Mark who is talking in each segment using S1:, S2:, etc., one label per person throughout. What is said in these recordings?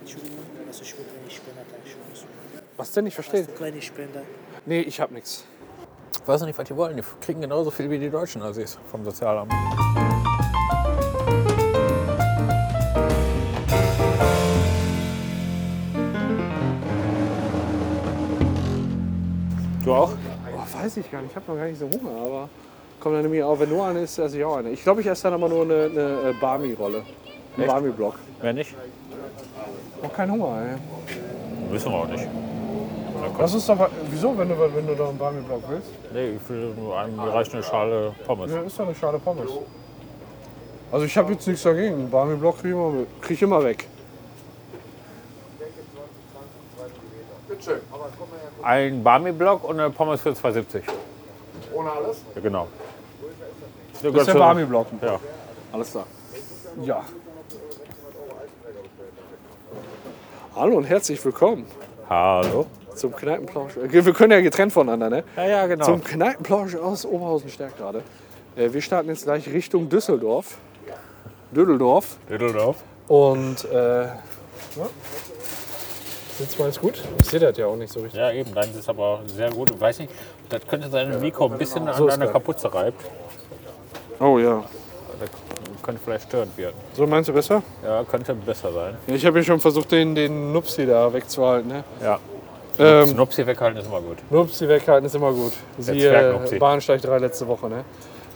S1: Entschuldigung, also ich wollte eine Spendertagsschule.
S2: Was denn? Ich verstehe.
S1: Hast du keine Spender?
S2: Nee, ich hab nichts.
S3: Ich weiß noch nicht, was die wollen. Die kriegen genauso viel wie die deutschen Assis vom Sozialamt.
S2: Du auch? Oh, weiß ich gar nicht. Ich habe noch gar nicht so Hunger, aber komm dann nämlich auch, wenn nur eine ist, esse ich auch eine. Ich glaube, ich esse dann aber nur eine, eine äh, Barmi-Rolle. Ein Barmi-Block.
S3: Wer nicht?
S2: Oh, kein Hunger, ey.
S3: Wissen wir auch nicht.
S2: Lass uns doch mal. Wieso, wenn du, wenn du da einen Barmi-Block willst?
S3: Nee, ich will nur einem reicht eine Schale Pommes.
S2: Ja, ist doch eine Schale Pommes. Also ich habe jetzt nichts dagegen. Einen Barmi-Block kriege ich, immer mit- krieg ich immer weg.
S3: Ein Barmi-Block und eine Pommes für 2,70.
S4: Ohne alles?
S3: Ja, genau.
S2: Das ist der Barmi-Block.
S3: Ja.
S2: Alles klar. Ja. Hallo und herzlich willkommen
S3: Hallo?
S2: zum Kneipenplausch. Äh, Wir können ja getrennt voneinander, ne?
S3: Ja, ja, genau.
S2: Zum Kneipenplausch aus Oberhausen Stärk gerade. Äh, Wir starten jetzt gleich Richtung Düsseldorf. Düsseldorf.
S3: Düsseldorf.
S2: Und äh, ja. sitzt man jetzt gut? Ich sehe das ja auch nicht so richtig.
S3: Ja, eben. Deins ist aber sehr gut. Ich weiß nicht, das könnte sein Mikro ein bisschen an
S2: genau. ist
S3: deiner
S2: geil.
S3: Kapuze reibt.
S2: Oh ja.
S3: Das könnte vielleicht störend werden.
S2: So meinst du besser?
S3: Ja, könnte besser sein.
S2: Ja, ich habe ja schon versucht, den, den Nupsi da wegzuhalten. Ne?
S3: Ja.
S2: Ähm,
S3: Snops hier weghalten ist immer gut.
S2: Nupsi weghalten ist immer gut. Siehe
S3: Zwergnupsi.
S2: Bahnsteig 3 letzte Woche. Ne?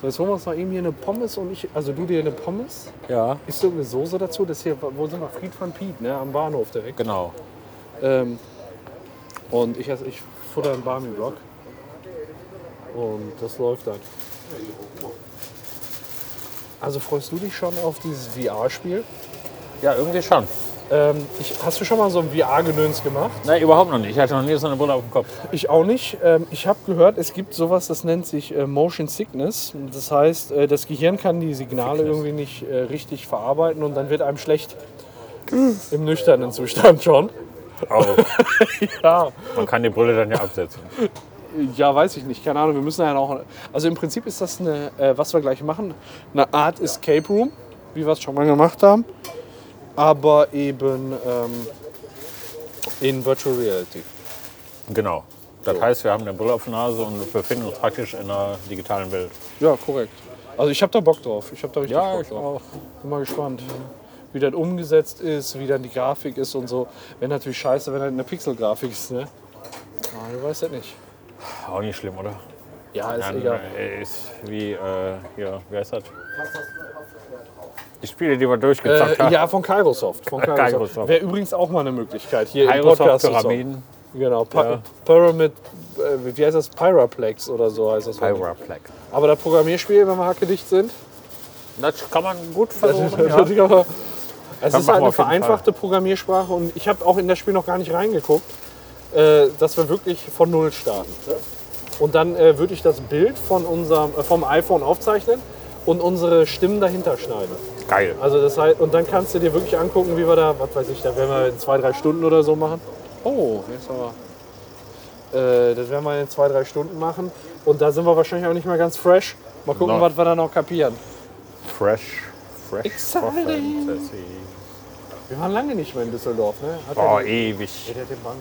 S2: So, jetzt holen wir uns noch eben hier eine Pommes und ich, also du dir eine Pommes.
S3: Ja.
S2: Ist irgendeine Soße dazu? Das hier, wo sind wir? Friedmann Piet, ne? Am Bahnhof direkt.
S3: Genau.
S2: Ähm, und ich, esse- ich futter einen Barmi-Block. Und das läuft dann. Also freust du dich schon auf dieses VR-Spiel?
S3: Ja, irgendwie schon.
S2: Ähm, ich, hast du schon mal so ein VR-Genöns gemacht?
S3: Nein, überhaupt noch nicht. Ich hatte noch nie so eine Brille auf dem Kopf.
S2: Ich auch nicht. Ähm, ich habe gehört, es gibt sowas, das nennt sich äh, Motion Sickness. Das heißt, äh, das Gehirn kann die Signale irgendwie nicht äh, richtig verarbeiten und dann wird einem schlecht. Im nüchternen Zustand schon.
S3: Oh,
S2: Ja,
S3: man kann die Brille dann ja absetzen.
S2: ja, weiß ich nicht. Keine Ahnung, wir müssen ja auch. Also im Prinzip ist das eine, äh, was wir gleich machen, eine Art Escape Room, wie wir es schon mal gemacht haben. Aber eben ähm, in Virtual Reality.
S3: Genau. Das heißt, wir haben eine Brille auf der Nase und befinden uns praktisch in einer digitalen Welt.
S2: Ja, korrekt. Also ich habe da Bock drauf. Ich habe da richtig
S3: Ja,
S2: Bock
S3: ich
S2: drauf. Bin mal gespannt, wie das umgesetzt ist, wie dann die Grafik ist und so. Wäre natürlich scheiße, wenn das eine Pixel-Grafik ist, ne? Ah, du weißt das nicht.
S3: Auch nicht schlimm, oder?
S2: Ja, ist
S3: Dann,
S2: egal.
S3: äh, Ist wie, äh, hier, wie heißt das? Die Spiele, die wir durchgezockt
S2: Äh,
S3: haben.
S2: ja, von Kairosoft. Von Kairosoft.
S3: Kairosoft.
S2: Wäre übrigens auch mal eine Möglichkeit hier
S3: Kairos
S2: im
S3: auf
S2: Podcast. zu
S3: Pyramiden.
S2: zocken. Genau, Pa-
S3: Ja.
S2: Pyramid, äh, wie heißt das? Pyraplex oder so heißt das.
S3: Pyraplex.
S2: Aber das Programmierspiel, wenn wir hackedicht sind,
S3: Das kann man gut versuchen.
S2: Das ist aber- Es
S3: Dann
S2: ist
S3: machen wir
S2: halt eine
S3: auf jeden
S2: vereinfachte Programmiersprache und ich habe auch in das Spiel noch gar nicht reingeguckt, äh, dass wir wirklich von Null starten. ne? Und dann äh, würde ich das Bild von unserem, äh, vom iPhone aufzeichnen und unsere Stimmen dahinter schneiden.
S3: Geil.
S2: Also das heißt, und dann kannst du dir wirklich angucken, wie wir da, was weiß ich, da werden wir in zwei, drei Stunden oder so machen. Oh, jetzt aber. Äh, das werden wir in zwei, drei Stunden machen. Und da sind wir wahrscheinlich auch nicht mehr ganz fresh. Mal gucken,
S3: No.
S2: was wir da noch kapieren.
S3: Fresh. Fresh.
S2: Exciting.
S3: for Fantasy.
S2: Wir waren lange nicht mehr in Düsseldorf, ne? Hat
S3: Oh,
S2: der,
S3: ewig.
S2: Ey, der hat den Barmi,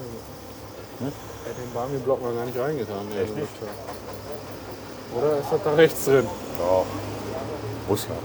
S2: der hat den Barmi-Block noch gar Hm? nicht reingetan. ne?
S3: Echt nicht?
S2: Oder ist das da rechts drin?
S3: Doch. Muss ja.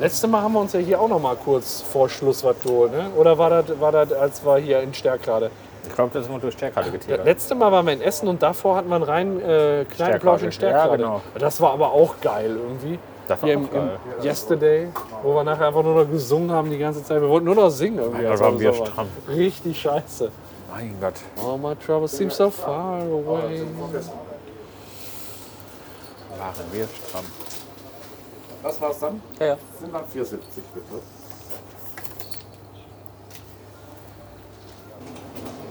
S2: Letztes Mal haben wir uns ja hier auch noch mal kurz vor Schluss was geholt, ne? Oder war das, war das als wir hier in Stärk gerade?
S3: Ich glaube, das ist immer durch Stärkade
S2: Das
S3: getigert.
S2: letzte Mal waren wir in Essen und davor hatten wir einen reinen äh, kleinen
S3: Stärkrade.
S2: Plausch in Stärk
S3: Ja,
S2: gerade.
S3: genau.
S2: Das war aber auch geil irgendwie.
S3: Das war
S2: Hier
S3: auch äh,
S2: im,
S3: geil.
S2: im Yesterday, wo wir nachher einfach nur noch gesungen haben die ganze Zeit. Wir wollten nur noch singen irgendwie.
S3: Alter,
S2: als
S3: waren wir
S2: so waren.
S3: stramm.
S2: Richtig scheiße.
S3: Mein Gott.
S2: All my troubles seem so far away.
S3: Waren wir stramm.
S4: Was war's dann?
S3: Ja, ja.
S4: Sind dann 74 bitte.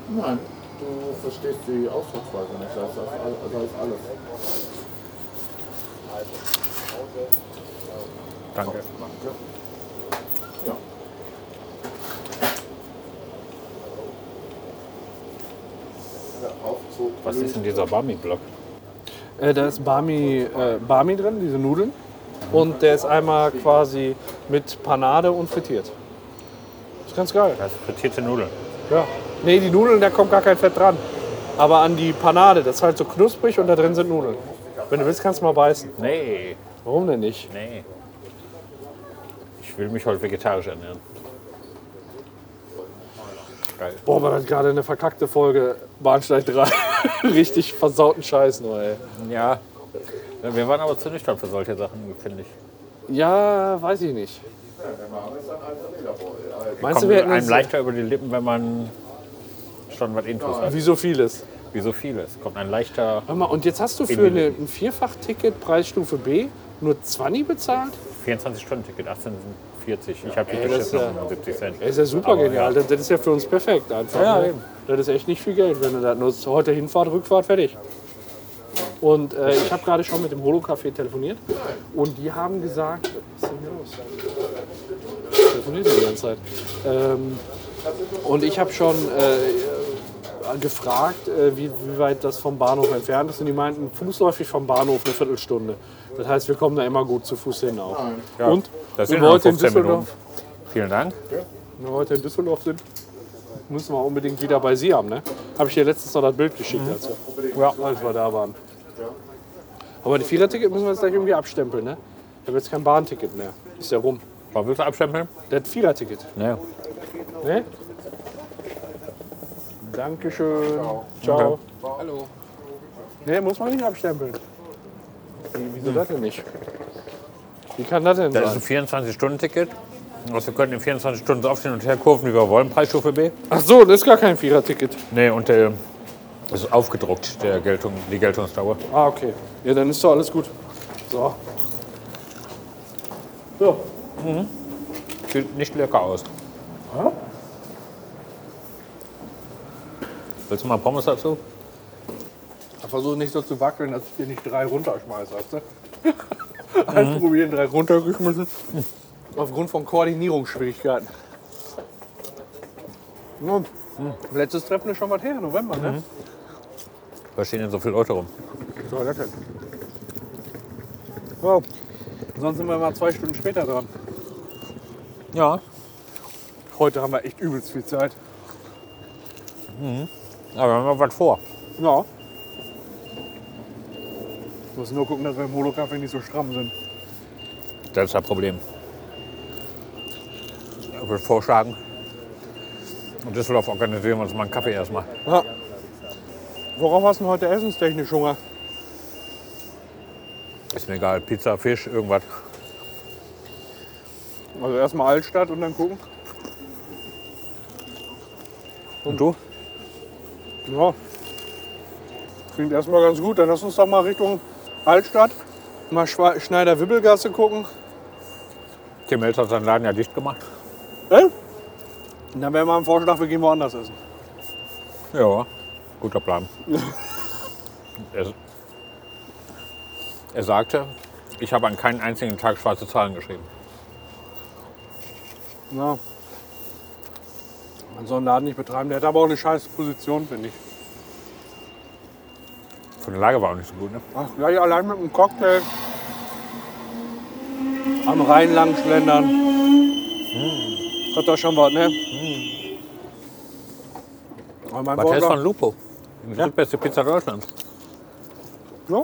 S4: Nein, du verstehst die Ausdrucksweise nicht. Da ist, alles- da ist alles.
S3: Danke.
S4: Aufzug.
S3: Was ist denn dieser Bami-Block?
S2: Äh, da ist Barmi, äh, Barmi drin, diese Nudeln. Und der ist einmal quasi mit Panade und frittiert. Ist ganz geil.
S3: Das ist frittierte Nudeln.
S2: Ja. Nee, die Nudeln, da kommt gar kein Fett dran. Aber an die Panade, das ist halt so knusprig und da drin sind Nudeln. Wenn du willst, kannst du mal beißen.
S3: Nee,
S2: Warum denn nicht?
S3: nee. Ich will mich heute vegetarisch ernähren. Geil.
S2: Boah, war das gerade eine verkackte Folge Bahnsteig 3. Richtig versauten Scheiß nur, ey.
S3: Ja. Wir waren aber zu nüchtern für solche Sachen, finde ich.
S2: Ja, weiß ich nicht. Meinst du,
S3: Kommt
S2: wir hätten
S3: einem
S2: uns,
S3: leichter über die Lippen, wenn man schon was Intus hat.
S2: wie so vieles?
S3: Wie so vieles. Kommt ein leichter
S2: Hör mal, und jetzt hast du
S3: In
S2: für
S3: die
S2: eine, ein Vierfach-Ticket Preisstufe B nur 20 bezahlt?
S3: 24-Stunden-Ticket, 1840. Ich habe die
S2: Ey, das
S3: Tickets
S2: ist ja-
S3: noch 70 Cent.
S2: Das ist ja super
S3: Aber
S2: genial.
S3: Ja.
S2: Das, das ist ja für uns perfekt einfach.
S3: Ja,
S2: ne?
S3: eben.
S2: Das ist echt nicht viel Geld, wenn du das nutzt. Heute Hinfahrt, Rückfahrt, fertig. Und äh, ich habe gerade schon mit dem Holo-Café telefoniert und die haben gesagt, was ist denn hier los? Telefoniert die ganze Zeit. Ähm, und ich habe schon äh, gefragt, äh, wie, wie weit das vom Bahnhof entfernt ist und die meinten, fußläufig vom Bahnhof eine Viertelstunde. Das heißt, wir kommen da immer gut zu Fuß hin auch.
S3: Ja.
S2: Und
S3: Das
S2: wenn
S3: sind
S2: wir
S3: noch
S2: heute in
S3: 15
S2: Düsseldorf,
S3: Minuten. Vielen Dank.
S2: wenn wir heute in Düsseldorf sind, müssen wir unbedingt wieder bei Sie haben. Ne? Habe ich dir letztens noch das Bild geschickt, als, wir,
S3: Ja.
S2: als wir da waren. Aber die Viererticket müssen wir jetzt gleich irgendwie abstempeln. Ne? Ich habe jetzt kein Bahnticket mehr. Ist ja rum.
S3: War willst du abstempeln?
S2: Das Viererticket.
S3: Nee.
S2: Ne? Dankeschön. Ciao.
S3: Danke.
S5: Hallo.
S2: Ne, muss man nicht abstempeln. Wie- Wieso das denn nicht? Wie kann das denn
S3: Das
S2: sein?
S3: ist ein 24-Stunden-Ticket. Also wir können in 24 Stunden so oft hin und her kurven, wie wir wollen. Preisstufe B.
S2: Ach so, das ist gar kein Viererticket.
S3: Nee, und der das ist aufgedruckt, der Geltung, die Geltungsdauer.
S2: Ah, okay. Ja, dann ist doch alles gut. So. So,
S3: Sieht nicht lecker aus. Willst du mal Pommes dazu?
S2: Versuch nicht so zu wackeln, dass ich dir nicht drei runterschmeiße, weißt du? Eins probieren, drei runtergeschmissen. Aufgrund von Koordinierungsschwierigkeiten. Ja. Letztes Treffen ist schon was her, November, ne?
S3: Da stehen ja so viele Leute rum.
S2: So, das denn. So. Sonst sind wir mal zwei Stunden später dran.
S3: Ja.
S2: Heute haben wir echt übelst viel Zeit.
S3: Aber wir haben noch was vor.
S2: Ja. Wir müssen nur gucken, dass wir im Holocafe nicht so stramm sind.
S3: Das ist das Problem. Ich würde vorschlagen, in Düsseldorf organisieren wir uns mal einen Kaffee erstmal.
S2: Ja. Worauf hast du denn heute essenstechnisch Hunger?
S3: Ist mir egal, Pizza, Fisch, irgendwas.
S2: Also erstmal Altstadt und dann gucken.
S3: Und du?
S2: Ja. Klingt erstmal ganz gut. Dann lass uns doch mal Richtung Altstadt, mal Schwa- Schneider-Wibbelgasse gucken.
S3: Tim Elster hat seinen Laden ja dicht gemacht.
S2: Äh? Und dann wäre mal ein Vorschlag, wir gehen woanders essen.
S3: Ja, guter Plan. er, er sagte, ich habe an keinen einzigen Tag schwarze Zahlen geschrieben.
S2: Ja. Man soll einen Laden nicht betreiben. Der hat aber auch eine scheiß Position, finde ich.
S3: Von der Lage war auch nicht so gut, ne?
S2: Ach, gleich allein mit einem Cocktail. Am Rhein lang schlendern.
S3: Hm.
S2: Hat doch schon was, ne? Aber mein
S3: Was hältst
S2: Vorschlag-
S3: von Lupo? Die drittbeste Pizza Deutschlands.
S2: Ja.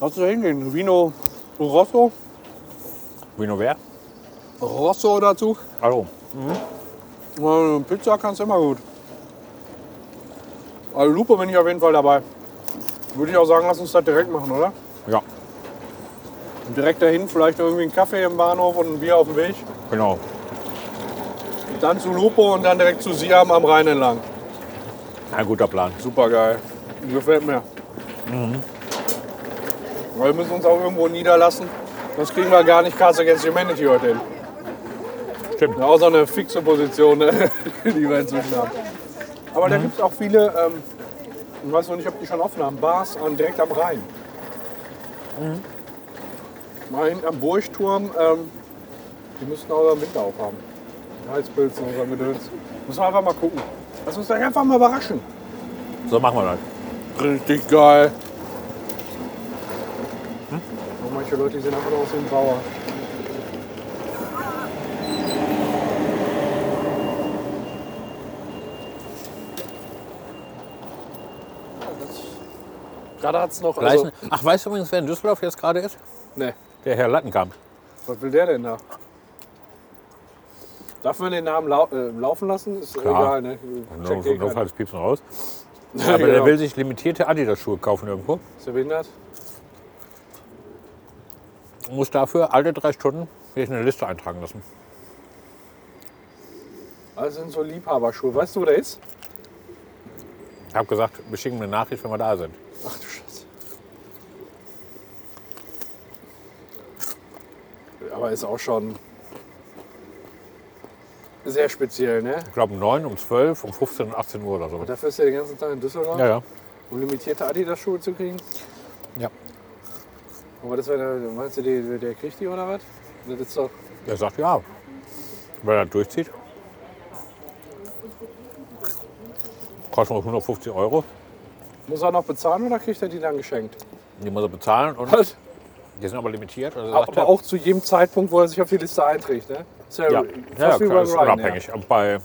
S2: Lass uns da hingehen. Vino Rosso.
S3: Vino wer?
S2: Rosso dazu.
S3: Also,
S2: Äh, Pizza kannst du immer gut. Also Lupo bin ich auf jeden Fall dabei. Würde ich auch sagen, lass uns das direkt machen, oder?
S3: ja,
S2: Direkt dahin, vielleicht noch irgendwie einen Kaffee im Bahnhof und ein Bier auf dem Weg.
S3: genau.
S2: Dann zu Lupo und dann direkt zu Siam am Rhein entlang.
S3: Ein guter Plan.
S2: Super geil. Gefällt mir. Weil wir müssen uns auch irgendwo niederlassen. Sonst kriegen wir gar nicht Cards Against Humanity heute hin.
S3: Stimmt.
S2: Ja, auch so eine fixe Position, ne? die wir inzwischen haben. Aber da gibt es auch viele, ähm, ich weiß noch nicht, ob die schon offen haben, Bars an, direkt am Rhein. Mal hinten am Burgturm, ähm, die müssten auch im Winter aufhaben. Heizpilzen und so ein Gedöns. Müssen wir einfach mal gucken. Lass uns doch einfach mal überraschen.
S3: So machen wir das.
S2: Richtig geil. Hm? Manche Leute die sehen einfach aus wie ein Bauer. Da hat's noch. Also,
S3: Leichen. ne- Ach, weißt du übrigens, wer in Düsseldorf jetzt gerade ist?
S2: nee.
S3: Der Herr Lattenkamp.
S2: Was will der denn da? Darf man den Namen lau äh, laufen lassen? Ist
S3: Klar.
S2: egal, ne?
S3: No,
S2: Checkt eh
S3: no,
S2: keiner.
S3: falls piepsen raus.
S2: Ja,
S3: halt. Aber der
S2: genau.
S3: will sich limitierte Adidas-Schuhe kaufen irgendwo.
S2: Ist der behindert?
S3: Muss dafür alle drei Stunden sich eine Liste eintragen lassen.
S2: Also sind so Liebhaberschuhe. Weißt du, wo der ist?
S3: Ich habe gesagt, wir schicken eine Nachricht, wenn wir da sind.
S2: Ach du Scheiße. Aber ist auch schon sehr speziell, ne?
S3: Ich glaube um 9, um 12, um 15 und 18 Uhr oder so.
S2: Dafür ist er den ganzen Tag in Düsseldorf,
S3: Ja, ja.
S2: um limitierte Adidas-Schuhe zu kriegen.
S3: Ja.
S2: Aber das wäre, dann- meinst du, der, der kriegt die oder was? Das ist doch,
S3: Er sagt ja. Wenn er das durchzieht. Kostet nur 150 Euro.
S2: muss er noch bezahlen oder kriegt er die dann geschenkt?
S3: Die muss er bezahlen und
S2: Was?
S3: die sind aber limitiert. Also sagt
S2: Aber
S3: er,
S2: auch zu jedem Zeitpunkt, wo er sich auf die Liste einträgt, ne? Ist ja,
S3: ja,
S2: fast
S3: ja, ja
S2: wie
S3: klar,
S2: beim
S3: ist
S2: Ryan,
S3: unabhängig. Und bei,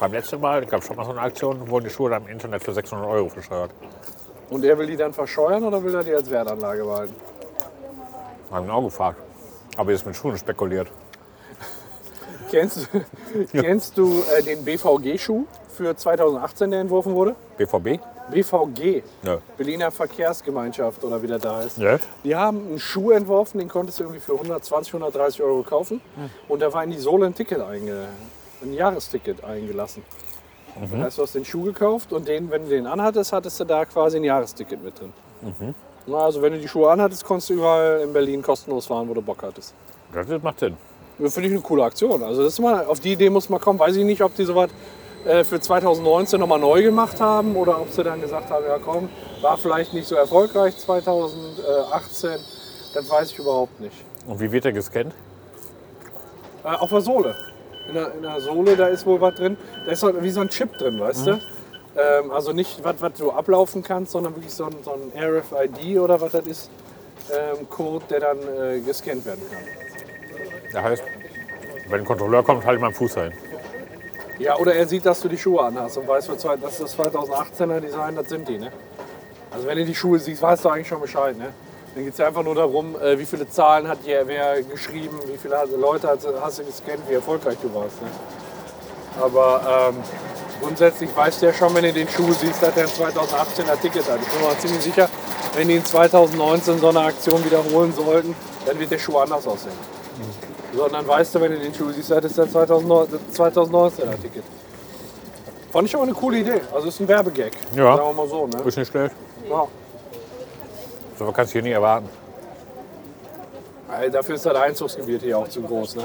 S3: beim letzten Mal gab es schon mal so eine Aktion, wurden die Schuhe dann im Internet für 600 Euro versteuert.
S2: Ja. Und er will die dann verscheuern oder will er die als Wertanlage behalten?
S3: Haben ihn auch gefragt. Aber jetzt mit Schuhen spekuliert.
S2: Kennst, kennst du äh, den BVG-Schuh für 2018, der entworfen wurde?
S3: BVB?
S2: BVG,
S3: Nö.
S2: Berliner Verkehrsgemeinschaft oder wie der da ist.
S3: Ja.
S2: Die haben einen Schuh entworfen, den konntest du irgendwie für 120, 130 Euro kaufen. Und da war in die Sohle ein Ticket, einge, ein Jahresticket eingelassen. Das heißt, du hast den Schuh gekauft und den, wenn du den anhattest, hattest du da quasi ein Jahresticket mit drin. Na, also wenn du die Schuhe anhattest, konntest du überall in Berlin kostenlos fahren, wo du Bock hattest.
S3: Das ist- macht Sinn.
S2: Das Finde ich eine coole Aktion. Also das ist mal, auf die Idee muss man kommen. Weiß ich nicht, ob die sowas äh, für 2019 nochmal neu gemacht haben oder ob sie dann gesagt haben, ja komm, war vielleicht nicht so erfolgreich 2018. Das weiß ich überhaupt nicht.
S3: Und wie wird er gescannt?
S2: Äh, auf der Sohle. In der, in der Sohle, da ist wohl was drin. Da ist so, wie so ein Chip drin, weißt du? Ähm, also nicht was, was du ablaufen kannst, sondern wirklich so ein, so ein RFID oder was das ist. Ähm, Code, der dann äh, gescannt werden kann.
S3: Das heißt, wenn ein Kontrolleur kommt, halte ich meinen Fuß ein.
S2: Ja, oder er sieht, dass du die Schuhe anhast und weiß, für zwei- das ist das 2018er Design, das sind die, ne? Also wenn du die Schuhe siehst, weißt du eigentlich schon Bescheid, ne? Dann geht es ja einfach nur darum, äh, wie viele Zahlen hat hier wer geschrieben, wie viele hat- Leute hat, hast du gescannt, wie erfolgreich du warst, ne? Aber ähm, grundsätzlich weißt du ja schon, wenn du den Schuh siehst, dass er ein 2018er Ticket hat. Ich bin mir auch ziemlich sicher, wenn die in 2019 so eine Aktion wiederholen sollten, dann wird der Schuh anders aussehen. Sondern weißt du, wenn du den Schuh siehst, das ist der 2019er Ticket. Fand ich aber eine coole Idee. Also ist ein Werbegag.
S3: Ja.
S2: Sagen wir mal so, ne?
S3: Ist nicht schlecht.
S2: Ja.
S3: So was kannst du hier nie erwarten.
S2: Ey, Äh, Dafür ist das Einzugsgebiet hier auch zu groß, ne?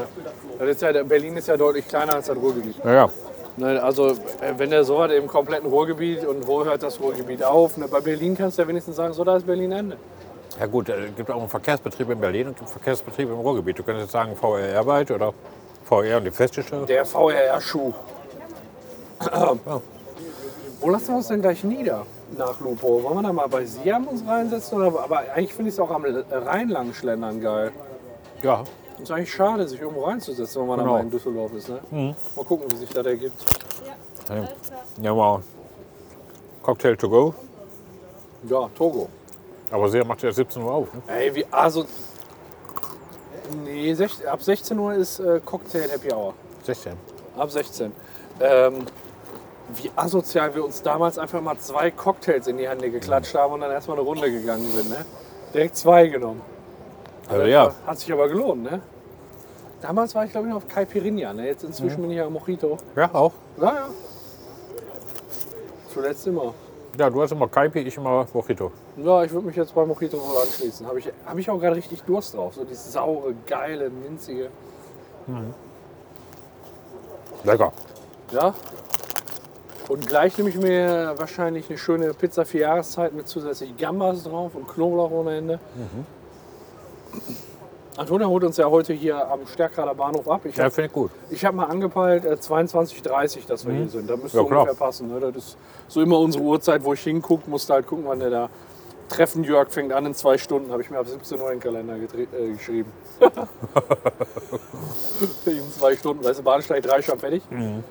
S2: Das ist ja, Berlin ist ja deutlich kleiner als das Ruhrgebiet.
S3: Naja,
S2: Ne, also äh, wenn der so hat im kompletten Ruhrgebiet und wo hört das Ruhrgebiet auf? Ne, bei Berlin kannst du ja wenigstens sagen, so da ist Berlin Ende.
S3: Ja gut, äh, es gibt auch einen Verkehrsbetrieb in Berlin und einen Verkehrsbetrieb im Ruhrgebiet. Du könntest jetzt sagen VR Arbeit oder VR und die Festische.
S2: Der VRR-Schuh. Wo lassen wir uns denn gleich nieder nach Lupo? Wollen wir da mal bei Siam uns reinsetzen? Oder, aber eigentlich finde ich es auch am L- Rhein lang schlendern geil.
S3: Ja,
S2: Ist eigentlich schade, sich irgendwo reinzusetzen, wenn man da
S3: Genau.
S2: mal in Düsseldorf ist. Ne? Mal gucken, wie sich das ergibt.
S3: ja mal Cocktail to go.
S2: Ja, Togo.
S3: Aber sehr macht ja 17 Uhr auf. Ne?
S2: Ey, wie, also... Nee, sech- ab 16 Uhr ist äh, Cocktail Happy Hour.
S3: 16.
S2: Ab 16. Ähm, wie asozial wir uns damals einfach mal zwei Cocktails in die Hände geklatscht haben und dann erstmal eine Runde gegangen sind. Ne? Direkt zwei genommen.
S3: Also ja,
S2: Hat sich aber gelohnt, ne? Damals war ich, glaube ich, noch auf Caipirinha, ne? Jetzt inzwischen bin ich ja Mojito.
S3: ja auch.
S2: Ja, ja. Zuletzt immer.
S3: Ja, du hast immer Kaipi, ich immer Mojito.
S2: Ja, ich würde mich jetzt bei Mojito wohl anschließen. Habe ich, hab ich auch gerade richtig Durst drauf. So dieses saure, geile, minzige.
S3: Lecker.
S2: Ja. Und gleich nehme ich mir wahrscheinlich eine schöne Pizza für Jahreszeit mit zusätzlich Gambas drauf und Knoblauch ohne Ende. Antonia holt uns ja heute hier am Stärkrader Bahnhof ab. Ich
S3: Ja,
S2: habe
S3: finde ich gut.
S2: hab mal angepeilt, äh, 22.30 dass wir hier sind. Da müsste
S3: Mhm. Ja, klar.
S2: ungefähr passen. Ne? Das ist so immer unsere Uhrzeit, wo ich hingucke. Musste halt gucken, wann der da. Treffen Jörg fängt an in zwei Stunden, habe ich mir ab 17 Uhr in den Kalender gedre- äh, geschrieben. in zwei Stunden, weißt du, Bahnsteig 3 schon fertig.
S3: Mhm.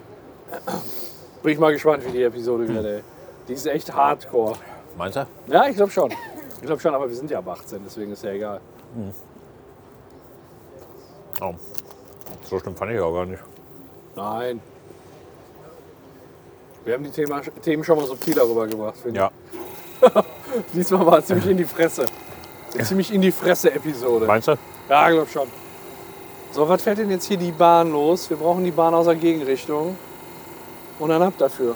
S2: Bin ich mal gespannt, wie die Episode wird, ey. Die ist echt hardcore.
S3: Meinst du?
S2: Ja, ich glaube schon. Ich glaube schon, aber wir sind ja ab 18, deswegen ist ja egal.
S3: Oh. So schlimm fand ich auch gar nicht.
S2: Nein. Wir haben die Thema, Themen schon mal subtiler rübergebracht, finde
S3: Ja.
S2: ich. Diesmal war es ziemlich in die Fresse. Eine ziemlich in die Fresse-Episode.
S3: Meinst du?
S2: Ja, glaub schon. So, was fährt denn jetzt hier die Bahn los? Wir brauchen die Bahn aus der Gegenrichtung. Und dann ab dafür.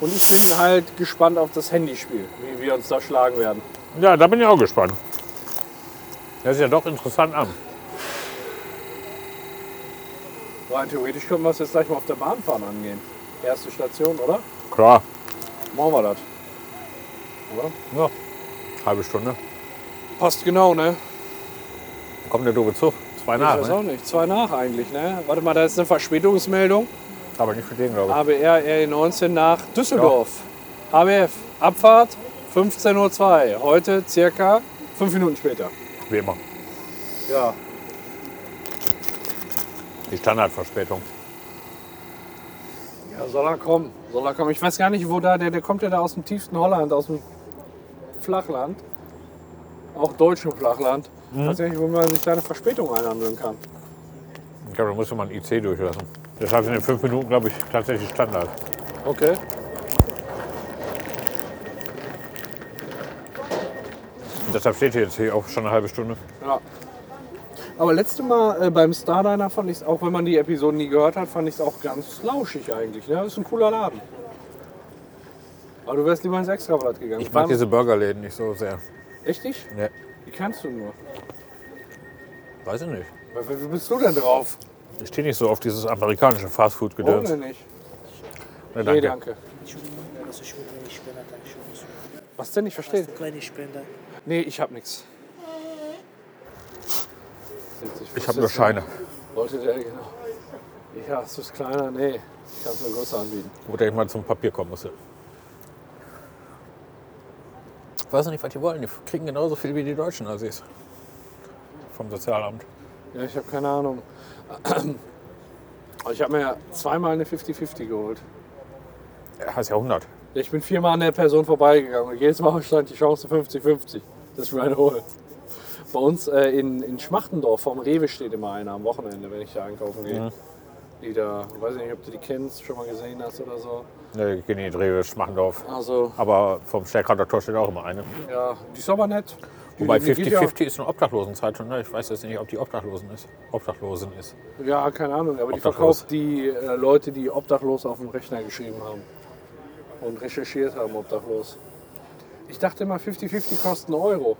S2: Und ich bin halt gespannt auf das Handyspiel, wie wir uns da schlagen werden.
S3: Ja, da bin ich auch gespannt. Das ist ja doch interessant an.
S2: Rein theoretisch können wir es jetzt gleich mal auf der Bahnfahren angehen. Erste Station, oder?
S3: Klar.
S2: Machen wir das.
S3: Ja. Halbe Stunde.
S2: Passt genau, ne?
S3: Kommt der doofe Zug. Zwei
S2: Ich
S3: nach,
S2: weiß
S3: ne?
S2: auch nicht. Zwei nach eigentlich, ne? Warte mal, da ist eine Verspätungsmeldung.
S3: Aber nicht für den, glaube ich.
S2: ABR RE19 E nach Düsseldorf. ABF, Abfahrt 15.02 Uhr. Heute circa fünf Minuten später.
S3: Wie immer.
S2: Ja.
S3: Die Standardverspätung.
S2: ja, soll er kommen. Soll er kommen. Ich weiß gar nicht, wo da, der, der kommt ja da aus dem tiefsten Holland, aus dem Flachland. Auch deutschem Flachland. Ich weiß gar nicht, wo man sich da eine Verspätung einhandeln kann.
S3: Ich glaube, da musste man ein IC durchlassen. Deshalb sind in fünf Minuten, glaube ich, tatsächlich Standard.
S2: Okay.
S3: Und deshalb steht hier jetzt hier auch schon eine halbe Stunde.
S2: Ja. Aber letzte Mal äh, beim Stardiner fand ich es, auch wenn man die Episoden nie gehört hat, fand ich es auch ganz lauschig eigentlich. Ne? Ist ein cooler Laden. Aber du wärst lieber ins Extrablatt gegangen.
S3: Ich mag diese Burgerläden nicht so sehr.
S2: Echt nicht?
S3: Ne,
S2: Die kannst du nur.
S3: weiß ich nicht.
S2: Wie wie bist du denn drauf?
S3: Ich stehe nicht so auf dieses amerikanische
S2: Warum
S3: Fastfood-Gedöns.
S2: denn nicht? Nee,
S3: Ne, Oh, danke.
S2: danke.
S1: Ima se šmutne nišpena, tak što su.
S2: Was denn? Ich verstehe.
S1: Kaj nišpenda?
S2: Nee, ich hab nichts.
S3: Ich habe nur Scheine.
S2: Wollte der, genau. Ja, es ist kleiner. Nee, ich kann es nur größer anbieten.
S3: Wobei ich mal zum Papier kommen musste. Ich weiß nicht, was die wollen. Die kriegen genauso viel wie die deutschen Assis. Vom Sozialamt.
S2: Ja, ich habe keine Ahnung. Aber Ich habe mir ja zweimal eine 50-50 geholt.
S3: Ja, heißt ja 100.
S2: Ja, Ich bin viermal an der Person vorbeigegangen und jedes Mal stand die Chance 50-50, dass ich mir eine hole. Bei uns äh, in, in Schmachtendorf vom Rewe steht immer einer am Wochenende, wenn ich da einkaufen gehe. Die da, weiß ich nicht, ob du die kennst, schon mal gesehen hast oder so.
S3: Ne, Genie, Drewe, Schmachendorf.
S2: Also,
S3: Aber vom Stärkrader Tor steht auch immer eine.
S2: ja, die ist aber nett. Die,
S3: Wobei
S2: die geht
S3: 50-50 ist eine Obdachlosenzeitung. Ne? Ich weiß jetzt nicht, ob die Obdachlosen ist. Obdachlosen ist.
S2: Ja, ja, keine Ahnung, aber die
S3: Obdachlos.
S2: verkauft die äh, Leute, die obdachlos auf dem Rechner geschrieben haben und recherchiert haben, obdachlos. Ich dachte immer, 50-50 kostet einen Euro,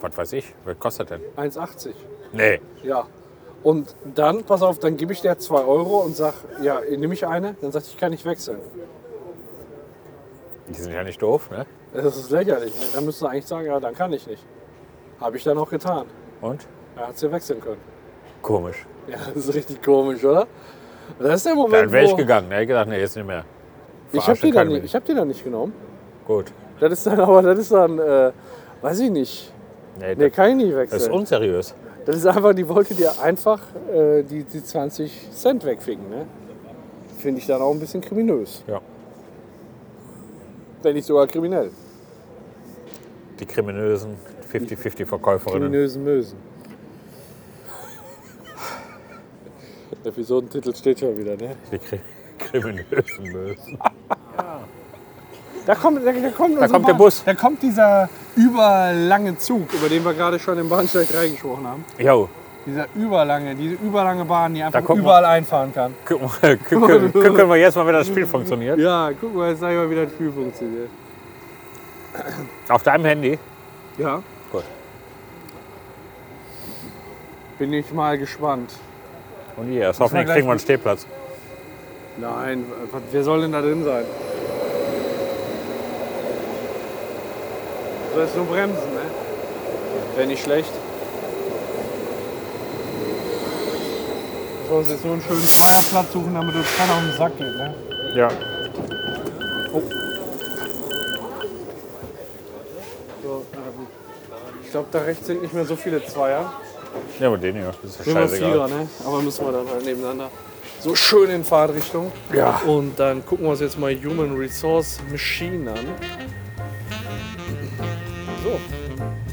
S3: Was weiß ich? Was kostet denn?
S2: 1,80.
S3: Nee.
S2: Ja. Und dann, pass auf, dann gebe ich der 2 Euro und sag, ja, nehme ich eine, dann sagt, ich kann nicht wechseln.
S3: Die sind ja nicht doof, ne?
S2: Das ist lächerlich. Ne? Dann müsste eigentlich sagen, ja, dann kann ich nicht. Habe ich dann auch getan.
S3: Und?
S2: Er hat sie wechseln können.
S3: Komisch.
S2: Ja, das ist richtig komisch, oder? Das ist der Moment,
S3: Dann wäre ich
S2: wo
S3: gegangen. Ne? Ich gesagt, nee, jetzt nicht mehr.
S2: ich habe die,
S3: Verarschen
S2: dann
S3: kann
S2: nicht-
S3: mich.
S2: ich hab die dann nicht genommen.
S3: Gut.
S2: Das ist dann aber, das ist dann, äh, weiß ich nicht.
S3: Nee,
S2: Nee,
S3: das,
S2: kann ich nicht
S3: das ist
S2: wechseln.
S3: unseriös.
S2: Das ist einfach, die wollte dir einfach äh, die, die 20 Cent wegficken, ne? Finde ich dann auch ein bisschen kriminös.
S3: Ja.
S2: Wenn nicht sogar kriminell.
S3: Die kriminösen 50-50-Verkäuferinnen.
S2: Kriminösen Mösen. Der Episodentitel steht schon wieder, ne?
S3: Die Kri kriminösen Mösen.
S2: Da kommt, da, da kommt, unsere
S3: kommt der
S2: Bahn-
S3: Bus.
S2: Da kommt dieser überlange Zug, über den wir gerade schon im Bahnsteig reingesprochen haben.
S3: Jo,
S2: Dieser überlange, diese überlange Bahn, die einfach
S3: kommt
S2: überall einfahren kann.
S3: gucken wir- gucken gucken wir jetzt mal, wie das Spiel funktioniert.
S2: Ja, guck mal, jetzt sag ich mal, wie das Spiel funktioniert.
S3: Auf deinem Handy.
S2: Ja.
S3: Gut.
S2: Bin ich mal gespannt.
S3: Und hier, yes. Oh hoffentlich
S2: gleich
S3: kriegen wir einen
S2: mit-
S3: Stehplatz.
S2: Nein, was- wer soll denn da drin sein? Soll jetzt nur bremsen, ne? Wäre nicht schlecht. Müssen wir uns jetzt nur einen schönen Platz suchen, damit uns keiner auf den Sack geht, ne?
S3: Ja.
S2: So, ähm, ich glaube, da rechts sind nicht mehr so viele Zweier.
S3: Ja, mit denen hier. Das ist ja
S2: Nur noch Vierer,
S3: scheißegal.
S2: ne? Aber müssen wir dann halt nebeneinander. so schön in Fahrtrichtung.
S3: Ja.
S2: Und dann gucken wir uns jetzt mal Human Resource Machine an. So. äh,